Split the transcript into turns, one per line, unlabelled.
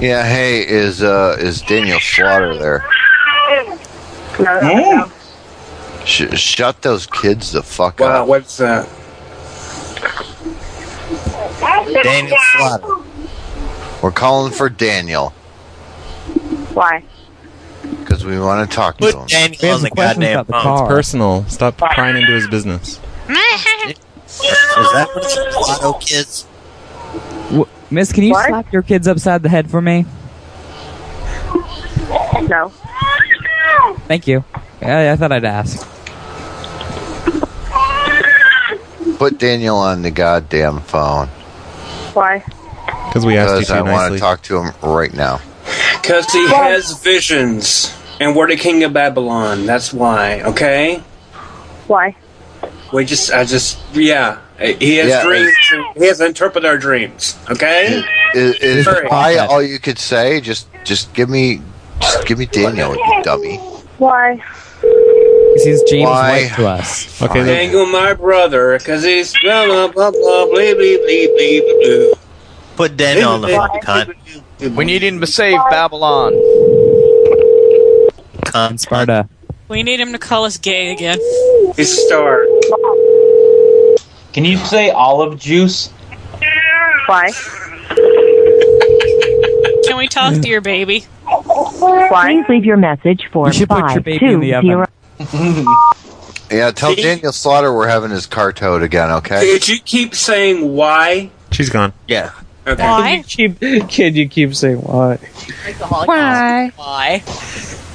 Yeah, hey, is uh is Daniel Slaughter there?
Mmm. No, no, no.
Sh- shut those kids the fuck
Wow,
up.
what's that?
Daniel Slaughter.
We're calling for Daniel
Why?
because we want to talk to him.
Put
We
Daniel on
have some
the
questions
goddamn
about the
phone.
car.
It's personal. Stop prying into his business.
Is that what it's called, auto kids?
W- Miss, can you
What?
slap your kids upside the head for me?
No.
Thank you. I, I thought I'd ask.
Put Daniel on the goddamn phone
Why?
Because we asked you
because I
to
want to
nicely.
talk to him right now.
Because he has visions, and we're the king of Babylon. That's why. Okay.
Why?
We just, I just, yeah. He has
Yeah,
dreams. and He has to interpret our dreams. Okay.
Is, is
Hurry.
I all you could say? Just just give me just give me Daniel, you dummy.
Why?
'Cause he's James
Why?
White to us.
Okay, then-
Dangle my brother, because he's blah blah blah blah blah blah blah
Put Daniel on the
blah
phone, cunt.
blah.
We need him to save Babylon.
Cunt.
Sparta.
We need him to call us gay again.
to start.
Can you say olive juice?
Why?
Can we talk to your baby?
Why?
Mm. leave your message for
You should put your baby in the oven.
Yeah, tell
See?
Daniel Slaughter we're having his car towed again, okay?
Did you keep saying why?
she's gone.
Yeah.
Okay.
Why?
Keep, can you keep saying why?
Why? Why?